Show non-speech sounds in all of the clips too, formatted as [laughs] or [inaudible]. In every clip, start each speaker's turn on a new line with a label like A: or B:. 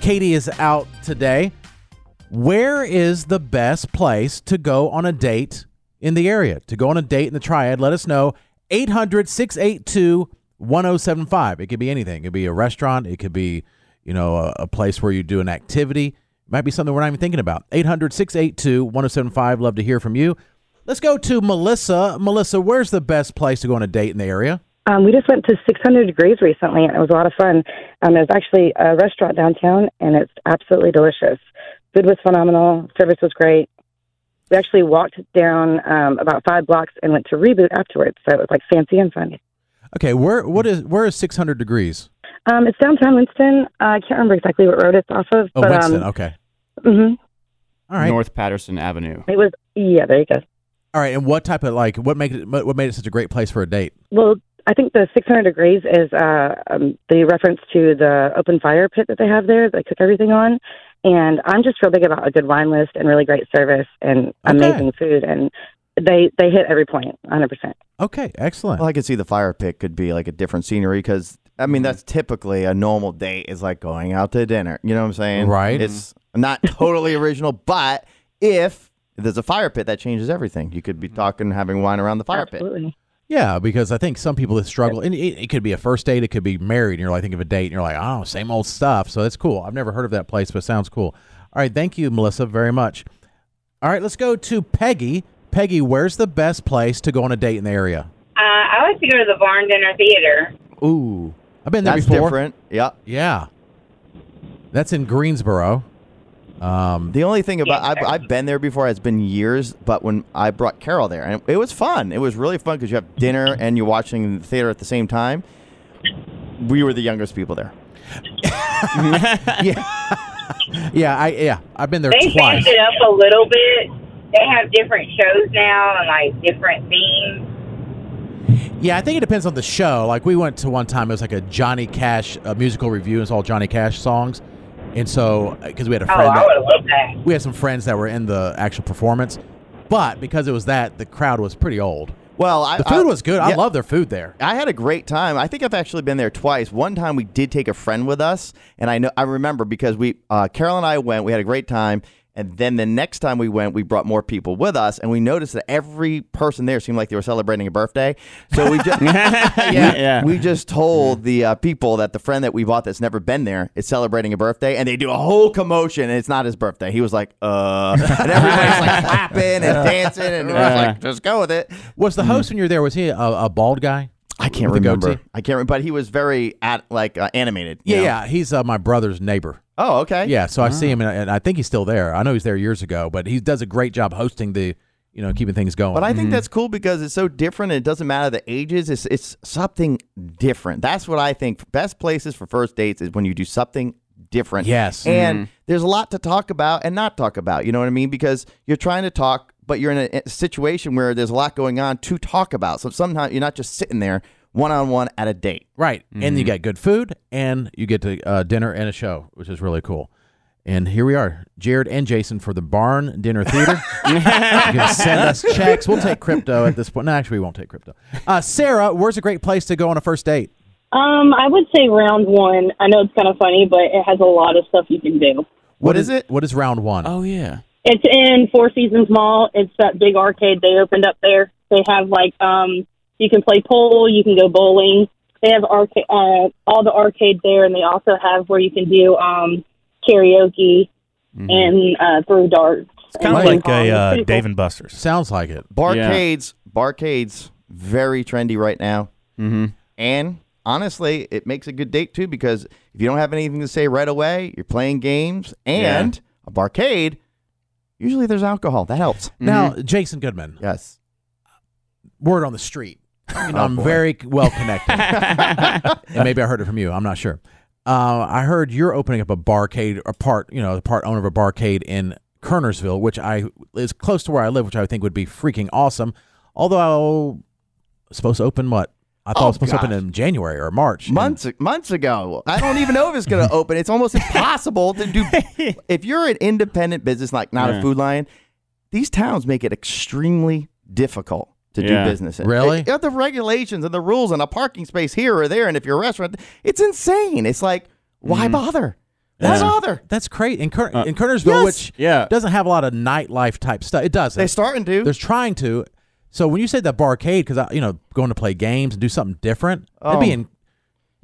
A: Katie is out today. Where is the best place to go on a date in the area? To go on a date in the triad, let us know. 800 682 1075. It could be anything. It could be a restaurant. It could be, you know, a, a place where you do an activity. It might be something we're not even thinking about. 800 682 1075. Love to hear from you. Let's go to Melissa. Melissa, where's the best place to go on a date in the area?
B: Um, we just went to 600 Degrees recently, and it was a lot of fun. Um, it was actually a restaurant downtown, and it's absolutely delicious. Food was phenomenal. Service was great. We actually walked down um, about five blocks and went to Reboot afterwards, so it was like fancy and fun.
A: Okay, where what is where is 600 degrees?
B: Um, it's downtown Winston. Uh, I can't remember exactly what road it's off of,
A: Oh,
B: but
A: Winston.
B: um,
A: okay.
B: mhm.
A: All right.
C: North Patterson Avenue.
B: it was yeah. There you go.
A: All right, and what type of like what made it what made it such a great place for a date?
B: Well, I think the 600 degrees is uh, um, the reference to the open fire pit that they have there. They cook everything on, and I'm just real big about a good wine list and really great service and amazing food. And they they hit every point, 100. percent
A: Okay, excellent.
D: Well, I could see the fire pit could be like a different scenery because I mean that's typically a normal date is like going out to dinner. You know what I'm saying?
A: Right.
D: It's not totally original, but if there's a fire pit, that changes everything. You could be talking, having wine around the fire pit.
B: Absolutely.
A: yeah, because I think some people that struggle, and it, it could be a first date, it could be married, and you're like, think of a date, and you're like, oh, same old stuff. So that's cool. I've never heard of that place, but it sounds cool. All right, thank you, Melissa, very much. All right, let's go to Peggy. Peggy, where's the best place to go on a date in the area?
E: Uh, I like to go to the Barn Dinner Theater.
D: Ooh,
A: I've been there
D: that's
A: before.
D: different. Yeah.
A: Yeah, that's in Greensboro. Um, [laughs]
D: The only thing about
E: Yeah,
D: I've,
E: sure.
D: I've been there before. It's been years, but when I brought Carol there, and it was fun. It was really fun because you have dinner and you're watching the theater at the same time. We were the youngest people there.
A: yeah, [laughs] I yeah, I've been there
E: They
A: twice.
E: changed it up a little bit. They have different shows now and like different themes.
A: Yeah, I think it depends on the show. Like we went to one time, it was like a Johnny Cash uh musical review. It's all Johnny Cash songs, and so because we had a
E: Oh,
A: friend,
E: I
A: that-
E: would have loved that.
A: we had some friends that were in the actual performance, but because it was that, the crowd was pretty old.
D: Well, I,
A: The food
D: I-
A: was good. I
D: Uh, yeah.
A: love their food there.
D: I had a great time. I think I've actually been there twice. One time we did take a friend with us, and I know I remember because we uh, Carol and I went. We had a great time, and then the next time we went, we brought more people with us, and we noticed that every person there seemed like they were celebrating a birthday. So we just yeah, [laughs]
C: Yeah.
D: we just told the uh, people that the friend that we bought that's never been there is celebrating a birthday, and they do a whole commotion, and it's not his birthday. He was like, uh, and everybody's like clapping and dancing, and it was like, just go with it.
A: Was the host when you were there? Was he a, a bald guy?
D: I can't
A: With the
D: remember.
A: goatee?
D: I can't remember, but he was very at like uh, animated. you
A: Yeah,
D: know?
A: yeah. He's uh, my brother's neighbor.
D: Oh, okay.
A: Yeah, so I see him, and I, and I think he's still there. I know he's there years ago, but he does a great job hosting the, you know, keeping things going.
D: But I think that's cool because it's so different. and It doesn't matter the ages. It's it's something different. That's what I think. Best places for first dates is when you do something different.
A: Yes. Mm-hmm.
D: And there's a lot to talk about and not talk about. You know what I mean? Because you're trying to talk, but you're in a, a situation where there's a lot going on to talk about. So sometimes you're not just sitting there one on one at a date.
A: Right. And
D: Mm-hmm.
A: you get good food and you get to uh, dinner and a show, which is really cool. And here we are, Jared and Jason for the Barn Dinner
D: [laughs]
A: Theater. you can send us checks. We'll take crypto at this point. No, actually, we won't take crypto. Uh, Sarah, where's a great place to go on a first date?
F: Um, I would say round one. I know it's kind of funny, but it has a lot of stuff you can do.
D: what is, it?
A: What is round one?
C: Oh yeah.
F: It's in Four Seasons Mall. It's that big arcade they opened up there. They have like um, you can play pool, you can go bowling. They have arcade, uh, all the arcade there, and they also have where you can do um, karaoke and uh, throw darts. um, It's
G: Kind of like a uh, Dave and Buster's.
A: Sounds like it.
D: Barcades, barcades, very trendy right now. Mm-hmm. And honestly, it makes a good date too because if you don't have anything to say right away, you're playing games and a barcade. Usually, there's alcohol. That helps.
A: Now, Jason Goodman,
D: Yes.
A: word on the
D: [laughs]
A: street. And I'm
D: Oh, boy.
A: very
D: [laughs]
A: well connected. and maybe I heard it from you. I'm not sure. Uh, I heard you're opening up a barcade, a part, you know, the part owner of a barcade in Kernersville, which I is close to where I live, which I think would be freaking awesome. Although I supposed to open what I thought it was supposed to
D: Oh, gosh.
A: open in January or March. and-
D: Months months ago, I don't even know if it's going to open. It's almost impossible to do. If you're an independent business, like not a
C: Yeah.
D: food line, these towns make it extremely difficult to
C: Yeah.
D: do business. in.
A: Really?
D: They- uh, the regulations and the rules and a parking space here or there, and if you're a restaurant, it's insane. It's like, why bother? Why
A: That's-
D: bother?
A: That's great. In, Ker- in Kernersville,
D: Uh, yes.
A: which
C: Yeah.
A: doesn't have a lot of nightlife type stuff. It doesn't.
D: They starting to.
A: They're trying to. So when you said that barcade, because you know, going to play games and do something different,
D: Oh.
A: it'd be in,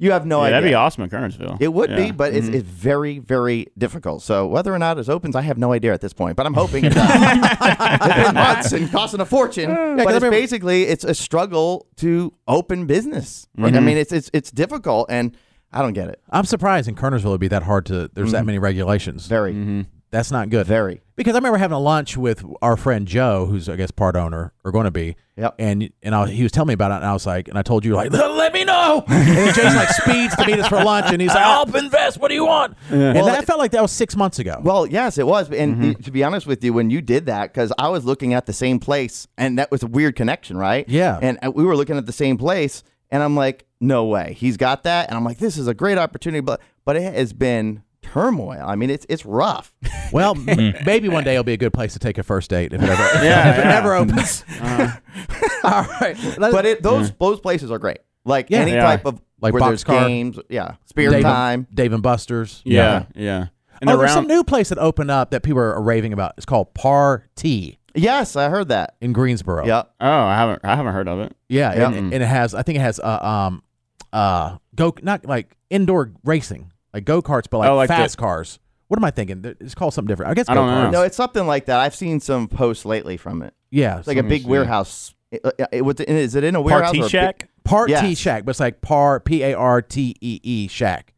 D: You have no
C: Yeah,
D: idea.
C: that'd be awesome in Kernersville.
D: It would be,
C: Yeah. Mm-hmm.
D: but it's, it's very, very difficult. So whether or not it opens, I have no idea at this point. But I'm hoping it does.
C: [laughs]
D: It's been months and costing a fortune. but it's basically it's a struggle to open business. Like,
C: Mm-hmm.
D: I mean, it's it's it's difficult, and I don't get it.
A: I'm surprised in Kernersville it'd be that hard to. There's that many regulations.
D: Very,
C: Mm-hmm.
A: That's not good.
D: very.
A: Because I remember having a lunch with our friend Joe, who's I guess part owner or going to be.
D: Yep.
A: And and I, he was telling me about it, and I was like, and I told you like, let me [laughs] know. and then Jason like speeds to meet us for lunch, and he's like, I'll invest. What do you want? And
D: Well,
A: that felt like that was six months ago.
D: Well, yes, it was. And
A: Mm-hmm.
D: to be honest with you, when you did that, because I was looking at the same place, and that was a weird connection, right?
A: Yeah.
D: And uh, we were looking at the same place, and I'm like, no way, he's got that. And I'm like, this is a great opportunity, but but it has been turmoil. I mean, it's
A: [laughs]
D: it's rough.
A: Well, m- maybe one day it'll be a good place to take a first date if it ever,
C: [laughs] Yeah,
A: if it
C: yeah.
A: ever opens. [laughs] All right. Let's-
D: but it those those places are great. Like
A: Yeah.
D: any
A: They
D: type
A: are.
D: of
A: Like
D: where there's
A: Boxcar.
D: games, yeah, spare
A: Dave,
D: time.
A: Dave and Buster's.
C: Yeah, yeah. And
A: oh,
C: around
A: there's some new place that opened up that people are raving about. It's called Party
D: Yes, I heard that.
A: in Greensboro.
D: Yeah,
C: Oh, I haven't I haven't heard of it.
A: Yeah,
D: Yeah.
A: And, and it has. I think it has. Uh, um, uh, go not like indoor racing, like go karts, but like,
C: Oh, like the-
A: fast cars. What am I thinking? Th- It's called something different. I guess
C: I don't know.
A: go-karts.
D: no, it's something like that. I've seen some posts lately from it.
A: Yeah,
D: It's like a big warehouse. It, it, was- is it in a warehouse?
G: Party
D: or a big-
G: shack.
A: Part T
D: Yes.
A: Shack, but it's like Par P A R T E E Shack.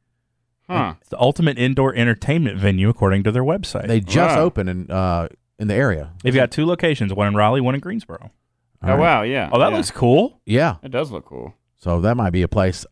C: Huh.
G: It's the ultimate indoor entertainment venue, according to their website.
A: They just
C: Wow.
A: opened in uh in the area.
G: They've got two locations, one in Raleigh, one in Greensboro.
C: Oh wow, yeah.
G: Oh, that
C: yeah.
G: looks cool.
A: Yeah,
C: It does look cool.
A: so that might be a place.